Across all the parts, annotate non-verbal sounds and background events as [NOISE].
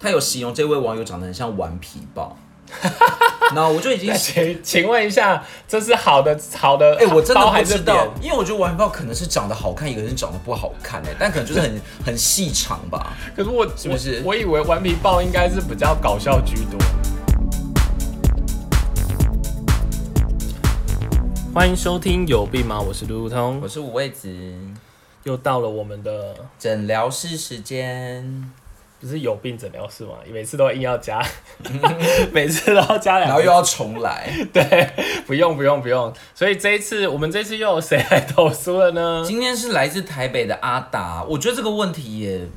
他有形容这位网友长得很像顽皮 [LAUGHS] 豹，然后我就已经那 [LAUGHS] 请请问一下，这是好的好的，哎、我真的包不还是知道扁，因为我觉得玩豹可能是长得好看，一个人长得不好看哎、但可能就是很很细长吧。可是我是不是我我以为顽皮豹应该是比较搞笑居多。欢迎收听有病吗？我是路路通我，是五味子，又到了我们的诊疗室时间，不是有病诊疗室吗？每次都硬要 [LAUGHS] 加，每次都要加然两后又个。要重 [LAUGHS] 来。对，不用不用不用。所以这一次我们这次又有谁来投诉了呢？今天是来自台北的阿达，我觉得这个问题也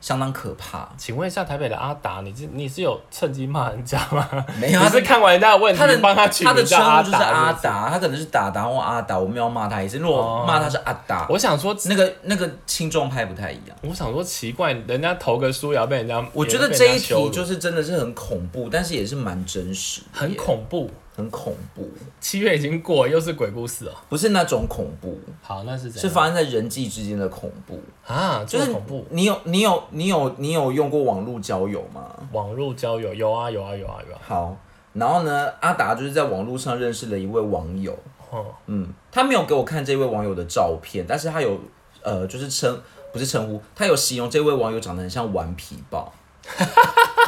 相当可怕。请问一下台北的阿达，你是你是有趁机骂人家吗？ [LAUGHS] 没有你他是的看完人家的问题他的，帮他取他的名称叫阿呼就是达。阿是哦不是达，他可能是达达或阿达，我没有骂他一次，因为我骂他是阿达，我想说， [LAUGHS] 那个那个轻重派不太一样。我想说奇怪，人家投个书也要被人家，我觉也得被人家这一羞题辱就是真的是很恐怖，但是也是蛮真实的耶，很恐怖。很恐怖，七月已经过，又是鬼故事哦。不是那种恐怖，好，那是怎是样发生在人际之间的恐怖，啊，就这是么恐怖。你有你有你有你有用过网络交友吗？网络交友有啊有啊有啊有啊，好，然后呢，阿达就是在网络上认识了一位网友，嗯，嗯，他没有给我看这位网友的照片，但是他有呃，就是称不是称呼，他有形容这位网友长得很像顽皮 [LAUGHS] 豹，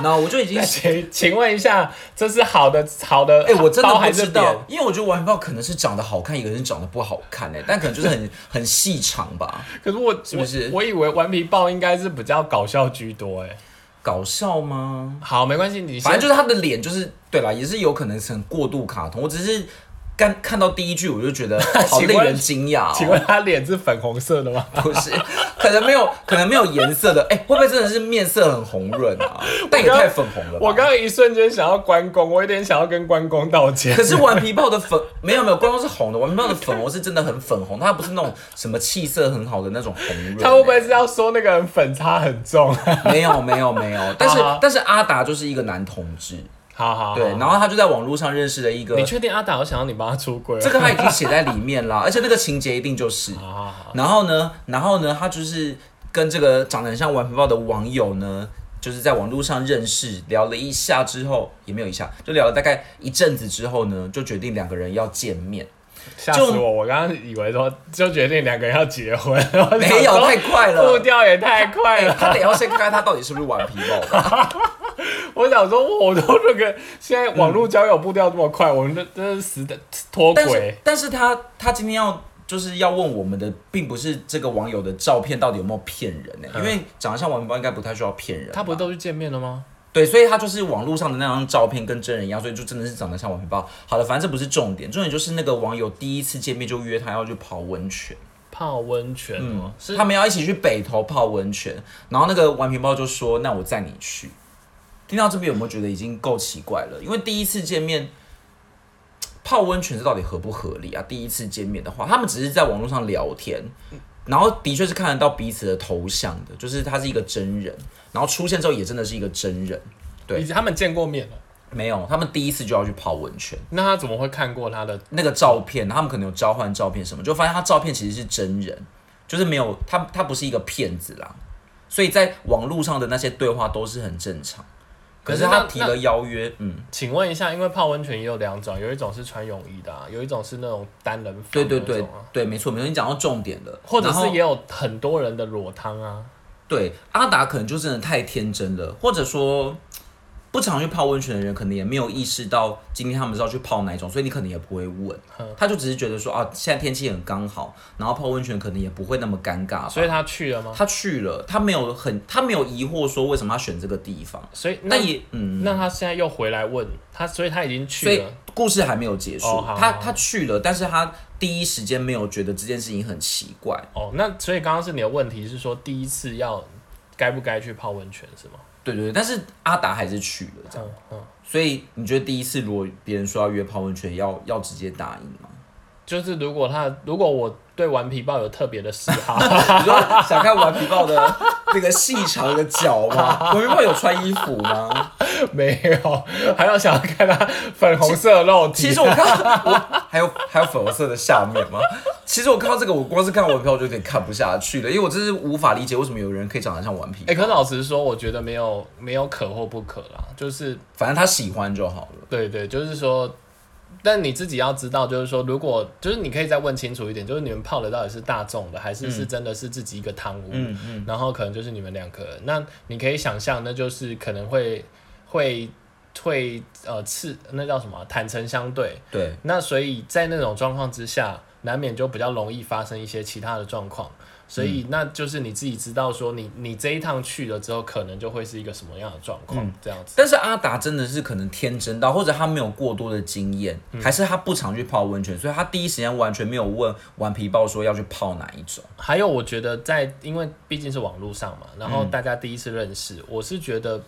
然后我就已经那。 [LAUGHS] 请请问一下，这是好的好的， [LAUGHS] 哎、我真的包不还是知道扁，因为我觉得顽皮豹可能是长得好看，一个人长得不好看哎、但可 [LAUGHS] 能就是很很细长吧。可是我是不是我我以为顽皮豹应该是比较搞笑居多哎。搞笑吗？好，没关系，你先反正就是他的脸，就是对啦，也是有可能是很过度卡通。我只是刚看到第一句，我就 [LAUGHS] 觉得好请问令人惊讶、哦。请问他脸是粉红色的吗？不是，可能没有，可能没有颜色的，哎、会不会真的是面色很红润啊？但也太粉红了吧。我刚刚一瞬间想要关公，我有点想要跟关公道 [LAUGHS] 歉可。是顽皮豹的粉没有没有，光是红的，顽皮豹的粉红是真的很粉红，它不是那种什么气色很好的那种红润、他会不会是要说那个人粉擦很重？ [LAUGHS] 没有没有没有，但是好好但是阿达就是一个男同志，好好好对，然后他就在网络上认识了一个啊你，确定阿达我想要你帮他出轨？这个他已经写在里面啦，而且那个情节一定就是，好好好，然后呢，然后呢，他就是跟这个长得很像顽皮豹的网友呢，就是在网络上认识，聊了一下之后，也没有一下，就聊了大概一阵子之后呢，就决定两个人要见面。吓死我！我刚刚以为说就决定两个人要 [LAUGHS] 结婚， [LAUGHS] 没有，太快步了。调也太 [LAUGHS] 快了。他得要先看看他到底是不是顽皮豹吧。我想说，我都那个现在网络交友步调这么快，我们这真是死的脱但是轨。，但是他他今天要就是要问我们的，并不是这个网友的照片到底有没有骗人呢、因为长得像顽皮豹应该不太需要骗人吧。嗯他不是都去见面了吗？对，所以他就是网络上的那张照片跟真人一样，所以就真的是长得像王皮豹。好了，反正这不是重点，重点就是那个网友第一次见面就约他要去泡温泉，泡温泉哦，是嗯他们要一起去北投泡温泉，然后那个顽皮豹就说：“那我载你去。”听到这边有没有觉得已经够奇怪了？因为第一次见面。泡温泉这到底合不合理啊？第一次见面的话，他们只是在网络上聊天，然后的确是看得到彼此的头像的，就是他是一个真人，然后出现之后也真的是一个真人，对以及他们见过面了，没有，他们第一次就要去泡温泉，那他怎么会看过他的？那个照片，他们可能有交换照片什么，就发现他照片其实是真人，就是没有他，他不是一个骗子啦。所以在网络上的那些对话都是很正常。可是可是那他提了邀约，嗯，请问一下，因为泡温泉也有两种，有一种是穿泳衣的、啊，有一种是那种单人房、对对对啊，对，没错没错，你讲到重点了。或者然后是也有很多人的裸汤啊。对阿达可能就真的太天真了，或者说不常去泡温泉的人，可能也没有意识到今天他们是要去泡哪一种，所以你可能也不会问嗯，他就只是觉得说啊，现在天气很刚好，然后泡温泉可能也不会那么尴尬吧，所以他去了吗？他去了，他没有很，他没有疑惑说为什么他选这个地方，所以那但也嗯，那他现在又回来问他，所以他已经所去以了。故事还没有结束。哦好他好他去了，但是他第一时间没有觉得这件事情很奇怪，哦，那所以刚刚是你的问题是说第一次要该不该去泡温泉是吗？对对对，但是阿达还是去了，这样。嗯嗯，所以你觉得第一次如果别人说要约泡温泉，要要直接答应 [LAUGHS] 吗？就是如果他如果我对顽皮豹有特别的嗜 [LAUGHS] 好，你说想看顽皮豹的那个细长的脚吗？ [LAUGHS] 顽皮豹有穿衣服吗？没有，还要想要看他粉红色的肉体。其实我看到我还有还有粉红色的下面吗？其实我看到这个，我光是看完票我就有点看不下去了，因为我真是无法理解为什么有人可以长得像顽皮。哎、可是老实说，我觉得没有没有可或不可啦，就是反正他喜欢就好了。对对，就是说，但你自己要知道，就是说，如果就是你可以再问清楚一点，就是你们泡的到底是大众的，还是是真的是自己一个汤屋？嗯嗯，然后可能就是你们两个人，那你可以想象，那就是可能会会会呃刺，那叫什么啊？坦诚相对。对，那所以在那种状况之下，难免就比较容易发生一些其他的状况。所嗯以那就是你自己知道说你，你这一趟去了之后，可能就会是一个什么样的状况、嗯这样子。但是阿达真的是可能天真到，或者他没有过多的经验，嗯还是他不常去泡温泉，所以他第一时间完全没有问顽皮豹说要去泡哪一种。还有，我觉得在因为毕竟是网络上嘛，然嗯后大家第一次认识，我是觉得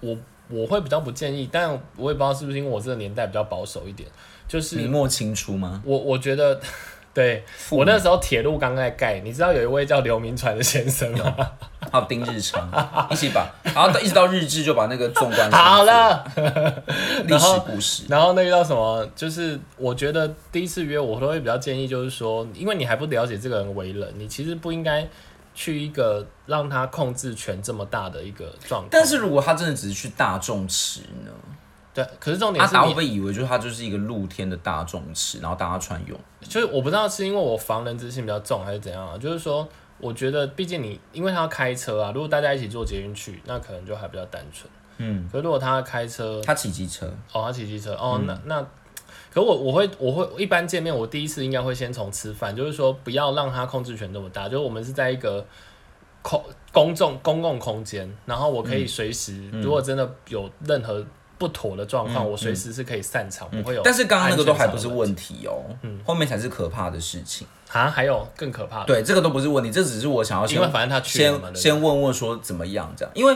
我我会比较不建议，但我也不知道是不是因为我这个年代比较保守一点，就是明末清初吗？我我觉得， [LAUGHS] 对我那时候铁路刚在盖，你知道有一位叫刘铭传的先生吗？ [LAUGHS] 还有丁日昌 [LAUGHS] 一起把，然后到一直到日治就把那个纵观好了，历史故事。然后那个叫什么，就是我觉得第一次约我都会比较建议，就是说，因为你还不了解这个人为人，你其实不应该去一个让他控制权这么大的一个状况。但是如果他真的只是去大众池呢？对，可是重点阿是达会你不，会以为就是他就是一个露天的大众池，然后大家穿泳？就是我不知道是因为我防人之心比较重还是怎样啊，就是说。我觉得，毕竟你因为他要开车啊，如果大家一起坐捷运去，那可能就还比较单纯。嗯，可是如果他开车，他骑机车，哦，他骑机车。哦，那那，可我我会我会一般见面，我第一次应该会先从吃饭，就是说不要让他控制权这么大，就是我们是在一个空公众公共空间，然后我可嗯以随时，如果真的有任何不妥的状况，我随时是可以散场，不会有安全上的问题。嗯但是刚刚那个都还不是问题哦，嗯后面才是可怕的事情。啊，还有更可怕的，对，这个都不是问题，这只是我想要因为先反正他去了嘛，先对先问问说怎么样这样，因为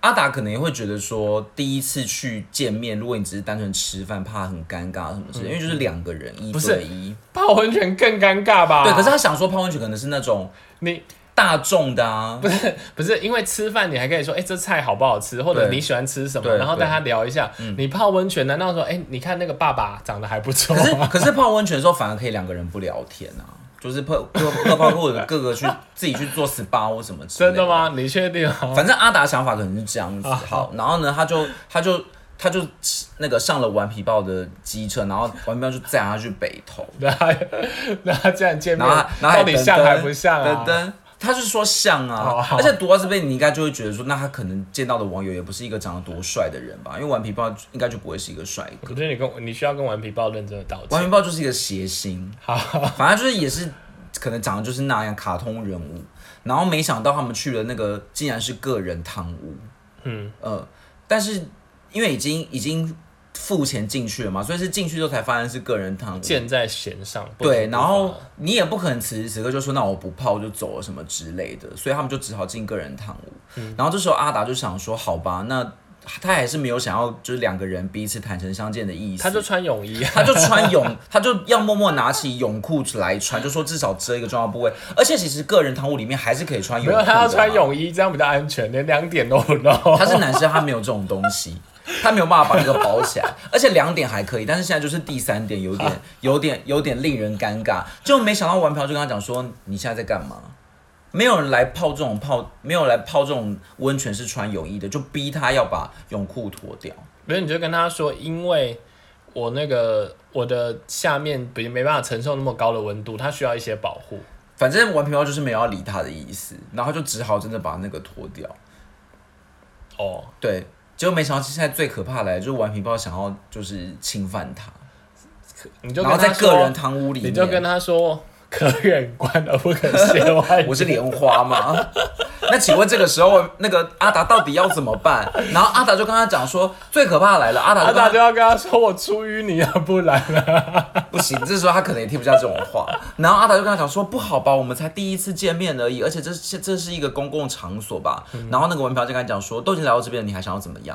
阿达可能也会觉得说第一次去见面，如果你只是单纯吃饭，怕很尴尬什么之类，因为就是两个人一嗯不是对一，泡温泉更尴尬吧？对。可是他想说泡温泉可能是那种你大众的啊，不是因为吃饭，你还可以说，哎、这菜好不好吃，或者对你喜欢吃什么，对然后对嗯带他聊一下。你泡温泉，难道说，哎、你看那个爸爸长得还不错？可是可 [LAUGHS] 是泡温泉的时候反而可以两个人不聊天啊，就是泡泡泡泡或者各个 [LAUGHS] 去自己去做 SPA 或什么之类真的？吗？ [LAUGHS] 你确定啊？反正阿达想法可能是这样 [LAUGHS] 子，好，然后呢，他就他就他就那个上了顽皮豹的机车，然后顽皮豹就载他去北投，然后还然后这样见面，然后他然后到底等像等还不像啊？哦等等，他是说像好啊，好而且读到这边，你应该就会觉得说，那他可能见到的网友也不是一个长得多帅的人吧，因为顽皮豹应该就不会是一个帅哥，我觉得你跟我你需要跟顽皮豹认真的道顽歉。皮豹就是一个谐星， [LAUGHS] 好，反正就是也是可能长得就是那样卡通人物，然后没想到他们去了那个竟然是个人汤屋，嗯呃，但是因为已经已经付钱进去了嘛，所以是进去之后才发现是个人汤屋。箭在弦上。不对，能然不后发你也不可能此时此刻就说那我不泡我就走了什么之类的，所以他们就只好进个人堂屋。嗯然后这时候阿达就想说，好吧，那他还是没有想要就是两个人彼此坦诚相见的意思，他就穿泳衣，啊他就穿泳， [LAUGHS] 他就要默默拿起泳裤来穿，就说至少遮一个重要部位。而且其实个人汤屋里面还是可以穿泳没裤有的，啊他要穿。泳衣，这样比较安全，连两点都不露。他是男生，他没有这种东西，他没有办法把那个包起来。而且两点还可以，但是现在就是第三点有点 [LAUGHS] 有点有点令人尴尬。就没想到玩嫖就跟他讲说你现在在干嘛？没有人来泡这种泡，没有人来泡这种温泉是穿泳衣的，就逼他要把泳裤脱掉。没有，你就跟他说，因为我那个我的下面比没办法承受那么高的温度，它需要一些保护。反正玩皮包就是没有要理他的意思，然后就只好真的把那个脱掉。哦，对，结果没想到现在最可怕的来了，就是顽皮豹想要就是侵犯他，你就然跟后他在个人说，堂屋里面，。你就跟他说，可远观而不可亵玩我是莲花吗？ [LAUGHS] 那请问这个时候那个阿达到底要怎么办？然后阿达就跟他讲说，最可怕的来了，阿达阿就跟达他就要跟他说，我出淤泥啊，不然啊。不行，这时候他可能也听不下这种话。然后阿达就跟他讲说：“不好吧，我们才第一次见面而已，而且嗯这是这是一个公共场所吧。然后那个文嫖就跟他讲说：“都已经来到这边了，你还想要怎么样？”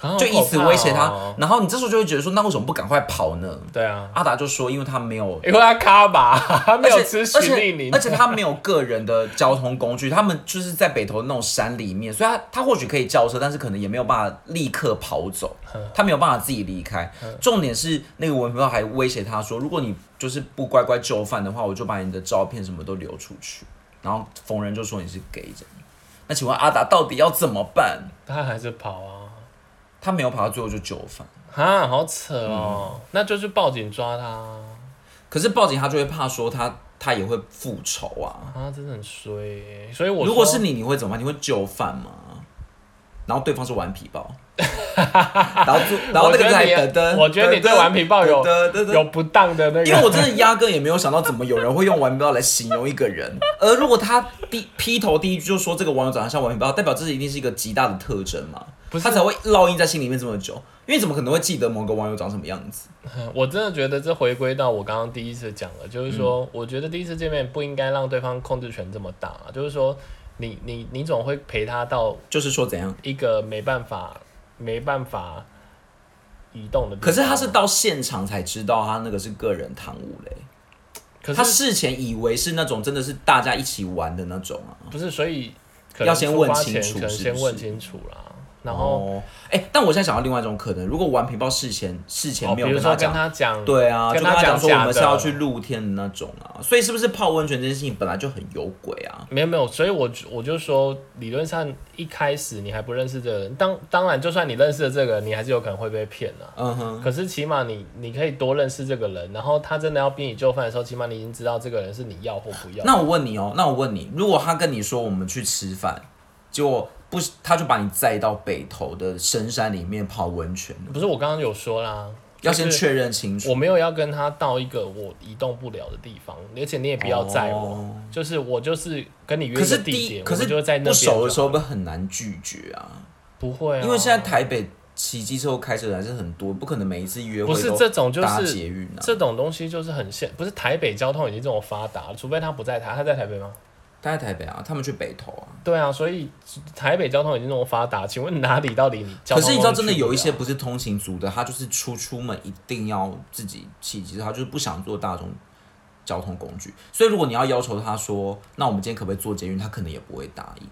啊就以此威胁好他可怕哦。然后你这时候就会觉得说，那为什么不赶快跑呢？对啊，阿达就说，因为他没有，因为他卡吧，他没而有且吃而徐丽且宁，而且他没有个人的交通工具，他们就是在北投那种山里面，所以他他或许可以叫车，但是可能也没有办法立刻跑走，嗯他没有办法自己离开。重点是那个文票还威胁他说，如果你就是不乖乖就范的话，我就把你的照片什么都流出去。然后逢人就说你是 gay 这样。那请问阿达到底要怎么办？他还是跑啊，他没有跑到最后就就范。啊，好扯嗯哦，那就去报警抓他啊可是报警他就会怕说他他也会复仇啊。啊，真的很衰耶。所以我如果说是你，你会怎么办？你会就范吗？然后对方是顽皮 [LAUGHS] 豹，然后就然后那个我觉得在你等等，我觉得你对顽皮豹有噔噔噔有不当的那因为个，我真的压根也没有想到，怎么有人会用“顽皮豹”来形容一个 [LAUGHS] 人。而如果他第劈头第一句就说这个网友长得像顽皮豹，代表这是一定是一个极大的特征嘛？不是他才会烙印在心里面这么久。因为怎么可能会记得某个网友长什么样子？我真的觉得这回归到我刚刚第一次讲了，就是嗯说，我觉得第一次见面不应该让对方控制权这么大、啊就是说你你你总会陪他到就是说怎样？一个没办法没办法移动的地方。可是他是到现场才知道他那个是个人堂屋嘞。可他是事前以为是那种真的是大家一起玩的那种啊。不是所以可能要先问出发清前楚可能是先不问是清楚啦，然后。哦，哎、但我现在想到另外一种可能，如果顽皮豹事前事前哦，没比有如跟他说跟讲，他讲，对啊，跟就跟他他讲讲说假我们是的要去露天的那种啊，所以是不是泡温泉这件事情本来就很有鬼啊？没有没有，所以我我就说，理论上一开始你还不认识这个人，当当然，就算你认识了这个人，你还是有可能会被骗啊。嗯哼，可是起码你你可以多认识这个人，然后他真的要逼你就范的时候，起码你已经知道这个人是你要或不要。那我问你哦，那我问你，如果他跟你说我们去吃饭，结果不，他就把你载到北投的深山里面泡温泉，不是我刚刚有说啦，要就先是确认清楚。我没有要跟他到一个我移动不了的地方，而且你也不要载我，哦就是我就是跟你约可一个是地第，点，可我是们就在那不边啊熟的就时候，会很难拒绝啊。不会、啊，因为现在台北骑机车或开车的还是很多，不可能每一次约会不是都这种就是搭捷运啊。这种东西就是很现，不是台北交通已经这么发达了，除非他不在台，他在台北吗？待在台北啊，他们去北投啊。对啊，所以台北交通已经这么发达，请问哪里到底你交可通？是你知道，真的有一些，不是通勤族的，他就是出出门一定要自己骑机车，他就是不想坐大众交通工具。所以如果你要要求他说，那我们今天可不可以坐捷运，他可能也不会答应。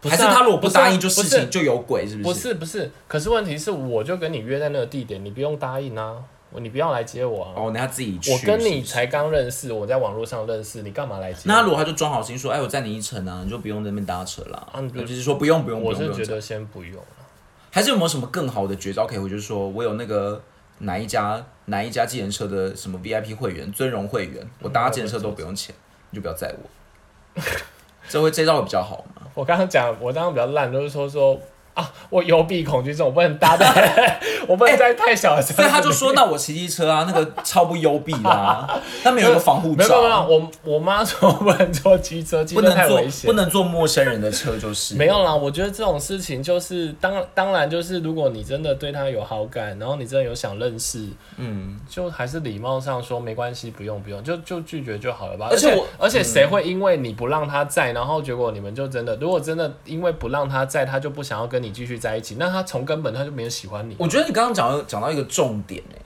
不是还啊是他如果不是啊答应，就不是事情就有鬼，是不是？是不是，可是问题是，我就跟你约在那个地点，你不用答应啊，你不要来接我啊，哦，那他自己去。我跟是你不是才刚认识，我在网络上认识，你干嘛来接我？那如果他就装好心说，哎，我载你一程啊，你就不用在那边搭车啦。啊你就就是说不用不用不我用不是用觉。得先不用啊，还是有没有什么更好的绝招可以回？就是说我有那个哪一家哪一家计程车的什么 VIP 会员、尊荣会员，我搭计程车都不用钱，你就不要载我。 [LAUGHS] 这会这招会比较好吗？我刚刚讲，我刚刚比较烂，就是说说。啊，我有鼻孔居症，我不 [LAUGHS] 能搭在，我不能在太小的车子哎里所以面。他就说，那我骑机车 [LAUGHS] 啊，那个超不幽闭啦、那没有一个防护没有没有没罩，有，我我妈说不能坐机车，机不车能太危坐险不。能坐陌生人的车就是。没有啦，我觉得这种事情就是当当然就是，如果你真的对他有好感，然后你真的有想认识，嗯，就还是礼貌上说没关系，不用不用，就就拒绝就好了吧。而且我而且嗯谁会因为你不让他在，然后结果你们就真的，如果真的因为不让他在，他就不想要跟你继续在一起，那他从根本他就没有喜欢你。我觉得你刚刚讲到讲到一个重点哎、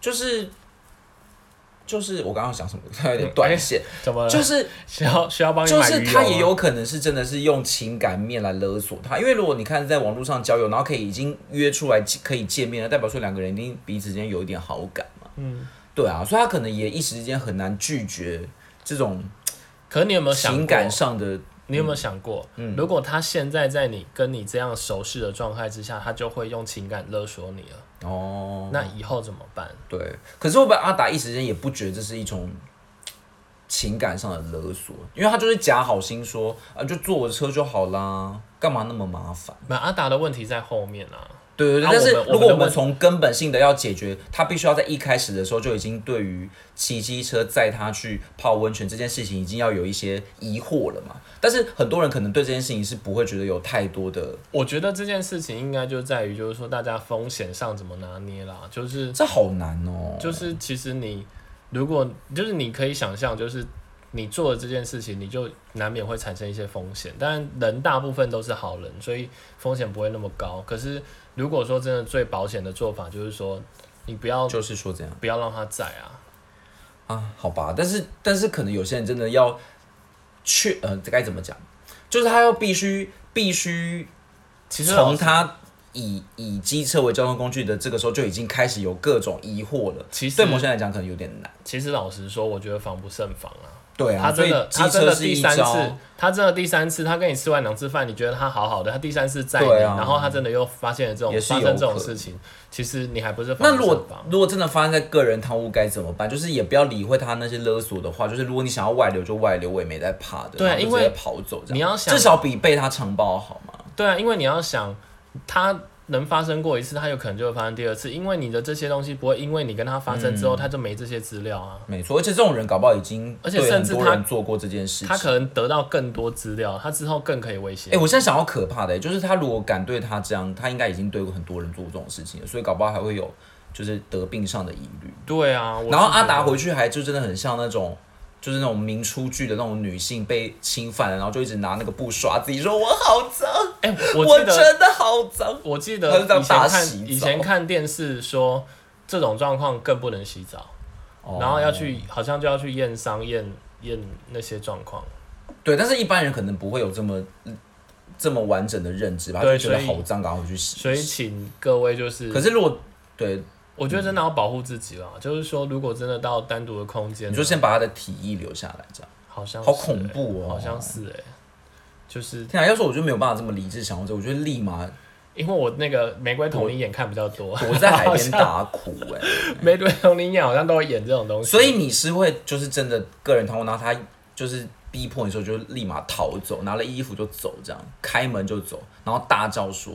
就是就是我刚刚讲什么， [LAUGHS] 有点断线， [LAUGHS] 怎么了？就是需要需要帮你就买是鱼他油啊也吗有可能是真的是用情感面来勒索他，因为如果你看在网络上交友，然后可以已经约出来可以见面了，代表说两个人一定彼此之间有一点好感嘛。嗯，对啊，所以他可能也一时之间很难拒绝这种可是你有没有想情过嗯感上的。你有没有想过，如果他现在在你跟你这样熟识的状态之下，他就会用情感勒索你了，哦，那以后怎么办？对，可是会不会阿达一时间也不觉得这是一种情感上的勒索？因为他就是假好心说啊，就坐我的车就好啦，干嘛那么麻烦？那阿达的问题在后面啊，对对对，啊但是我们如果我们的我们问从根本性的要解决，他必须要在一开始的时候就已经对于骑机车载他去泡温泉这件事情已经要有一些疑惑了嘛。但是很多人可能对这件事情是不会觉得有太多的，我觉得这件事情应该就在于，就是说大家风险上怎么拿捏啦，就是这好难哦。就是其实你如果就是你可以想象，就是你做了这件事情，你就难免会产生一些风险。当然，人大部分都是好人，所以风险不会那么高。可是如果说真的最保险的做法，就是说你不要就是说这样不要让他在啊，啊，好吧，但是但是可能有些人真的要去，呃，该怎么讲？就是他要必须必须其实老从实他以以机车为交通工具的这个时候就已经开始有各种疑惑了。其实对某些人来讲可能有点难。其实老实说，我觉得防不胜防啊。对他啊，所真以的，他机真车的是第一三次招。，他真的第三次，他跟你吃完两次饭，你觉得他好好的，他第三次载你，对啊然后他真的又发现了这种也是发有生这种可事情，其实你还不是那如防不果胜防。如果真的发生在个人贪污该怎么办？就是也不要理会他那些勒索的话，就是如果你想要外流就外流，我也没在怕的。对然后就因为直接跑走这样，你要想至少比被他强暴好嘛。对啊，因为你要想，它能发生过一次，它有可能就会发生第二次，因为你的这些东西不会因为你跟他发生之嗯后，他就没这些资料啊。没错，而且这种人搞不好已经而且对甚很至多他人做过这件事情。他可能得到更多资料，他之后更可以威胁哎、。我现在想到可怕的、就是他如果敢对他这样，他应该已经对过很多人做过这种事情了，所以搞不好还会有就是得病上的疑虑。对啊，我然后是觉阿得达回去还就真的很像那种。就是那种名出剧的那种女性被侵犯了，然后就一直拿那个布刷自己，说我好脏，哎、我我记得真的好脏。我记他就这得样以前大看洗澡以前看电视说这种状况更不能洗澡，哦然后要去好像就要去验伤验验那些状况。对，但是一般人可能不会有这么这么完整的认知吧，他就对觉得所以好脏，赶快回去洗。所以请各位就是，可是如果对我觉得真的要保护自己啦，就是说如果真的到单独的空间，啊你就先把他的体液留下来，这样好像好是恐欸怖哦好像是哎、就是天啊！要是我就没有办法这么理智想到这，我就会立马因为我那个玫瑰同林眼看比较多，躲在 [LAUGHS] 海边大哭哎、玫瑰同林眼好像都会演这种东西，所以你是会就是真的个人贪污，然后他就是逼迫你的时候就立马逃走，拿了衣服就走，这样开门就走，然后大叫说。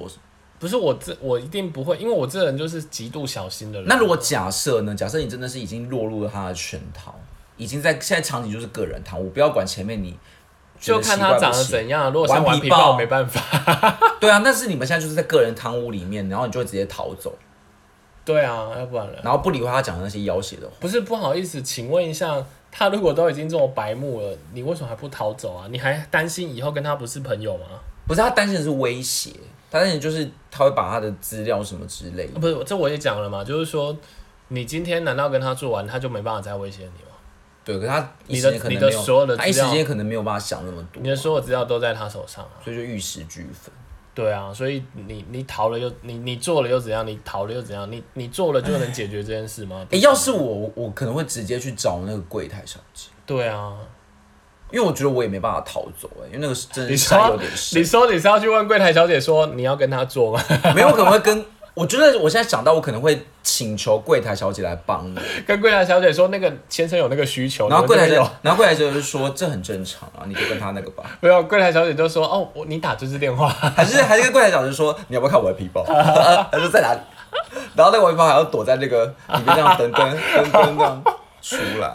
不是我这我一定不会，因为我这人就是极度小心的人。那如果假设呢？假设你真的是已经落入了他的圈套，已经在现在场景就是个人贪污，不要管前面你觉就得看习惯他不长得习惯怎样，如果像顽顽皮皮豹豹没办法。 [LAUGHS] 对啊，但是你们现在就是在个人贪污里面，然后你就会直接逃走，对啊，要不然了。然后不理会他讲的那些要挟的话。不是不好意思，请问一下，他如果都已经这么白目了，你为什么还不逃走啊？你还担心以后跟他不是朋友吗？不是他担心的是威胁，他担心就是他会把他的资料什么之类的。不是，这我也讲了嘛，就是说，你今天难道跟他做完，他就没办法再威胁你吗？对，可是他一你时的间可能你没的有，所有的他一时资料间可能没有办法想那么多你，的所有资料都在他手上啊。所以就玉石俱焚。对啊，所以你你逃了又你你做了又怎样？你逃了又怎样？你你做了就能解决这件事吗？哎、要是我，我可能会直接去找那个柜台小姐，对啊，因为我觉得我也没办法逃走、哎，因为那个是真的你是山有说点你深，说你是要去问柜台小姐说你要跟他做吗？没有我可能会跟。我觉得我现在想到，我可能会请求柜台小姐来帮我，跟柜台小姐说那个先生有那个需求，然后你们柜台这小边姐，然后柜台小姐就说这很正常啊，你就跟他那个吧，有没有柜台小姐就说哦，我你打这支电话，还是还是跟柜台小姐说你要不要看我的皮包， [LAUGHS] 他说在哪里，然后那个我皮包还要躲在那个里面这样噔噔噔噔这样出来，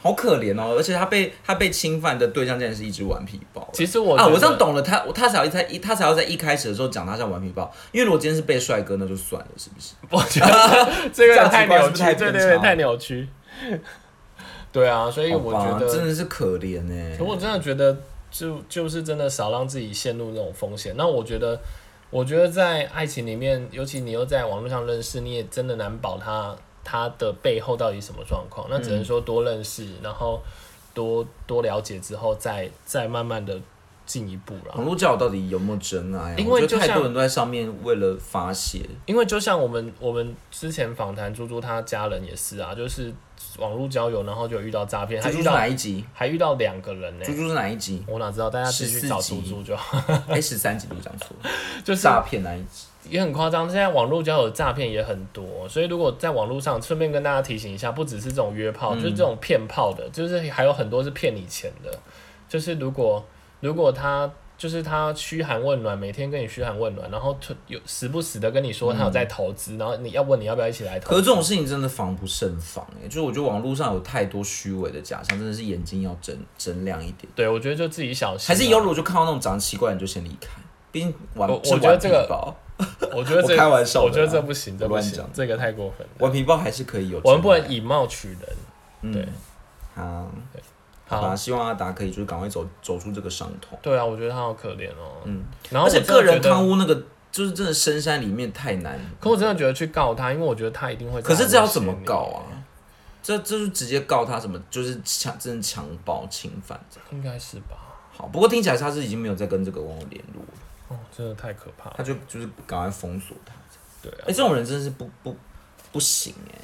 好可怜哦，而且他被他被侵犯的对象竟然是一只顽皮豹，其实我啊，觉我得这样懂了，他他才要在一他才要在一开始的时候讲他像顽皮豹，因为如果今天是被帅哥那就算了，是不是？我觉 [LAUGHS] 得这个人太扭曲，价值观是不是太对对偏差对，太扭曲。对啊，所以我好觉吧得，真的是可怜欸呢、可我真的觉得就就是真的少让自己陷入那种风险。那我觉得，我觉得在爱情里面，尤其你又在网络上认识，你也真的难保他他的背后到底什么状况。那只嗯能说多认识，然后多多了解之后再，再慢慢的进一步啦。网络交友到底有没有真爱、啊？因为我觉得就太多像人都在上面为了发泄，因为就像我们我们之前访谈猪猪他家人也是啊，就是网络交友，然后就遇到诈骗，猪还猪遇是到哪一集？还遇到两个人呢、猪猪是哪一集？我哪知道？大家自己去找14猪集猪就好， [LAUGHS] 哎，十三集都讲错， [LAUGHS] 就是诈骗那一集。也很夸张，现在网络交友诈骗也很多，所以如果在网络上，顺便跟大家提醒一下，不只是这种约炮，嗯就是这种骗炮的，就是还有很多是骗你钱的。就是如果如果他就是他嘘寒问暖，每天跟你嘘寒问暖，然后突有时不时的跟你说他有嗯在投资，然后你要问你要不要一起来投可是资，这种事情真的防不胜防哎、就是我觉得网络上有太多虚伪的假象，真的是眼睛要睁睁亮一点。对我觉得就自己小心啊。还是以后如果就看到那种长得奇怪的，你就先离开。毕竟顽我是我觉得顽皮这个豹，我觉得这我开玩笑的啦我觉得这不行，这不我行乱讲，这个太过分了。顽皮豹还是可以有真爱。我们不能以貌取人。嗯对，好，好吧？希望阿达可以就是赶快走走出这个伤痛。对啊，我觉得他好可怜哦。嗯，然后而且我真的个人觉得贪污那个，就是真的深山里面太难。可我真的觉得去告他，因为我觉得他一定会。可是这要怎么告？啊？这这就直接告他什么，就是强真的强暴侵犯这样。应该是吧？好，不过听起来他是已经没有再跟这个网友联络了，哦，真的太可怕了。他就就是赶快封锁他。对哎、啊。这种人真的是不不不行哎、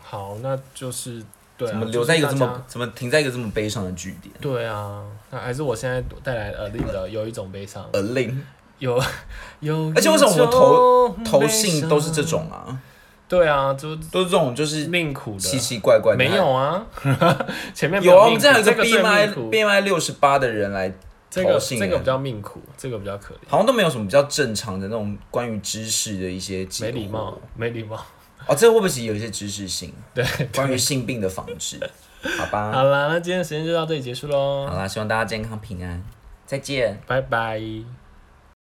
好，那就是对啊。怎么留在一个这就是大么家？怎么停在一个这么悲伤的据点？对啊，那还是我现在带来呃令的有一种悲伤，呃令，有有一种悲伤。而且为什么我嗯投投信都是这种啊？对啊，就是都是这种就是命苦的。奇奇怪怪的。没有啊， [LAUGHS] 前面没有啊，我命们苦这样有一这个个最命 BMI 苦 BMI 六十八的人来，这个投信啊这个耶比较命苦，这个比较可怜，好像都没有什么比较正常的那种关于知识的一些解惑没礼貌，没礼貌。哦，这会不会其实有一些知识性？对，关于性病的防 [LAUGHS] 治，好吧，好啦，那今天的时间就到这里结束喽好，啦，希望大家健康平安，再见。拜拜。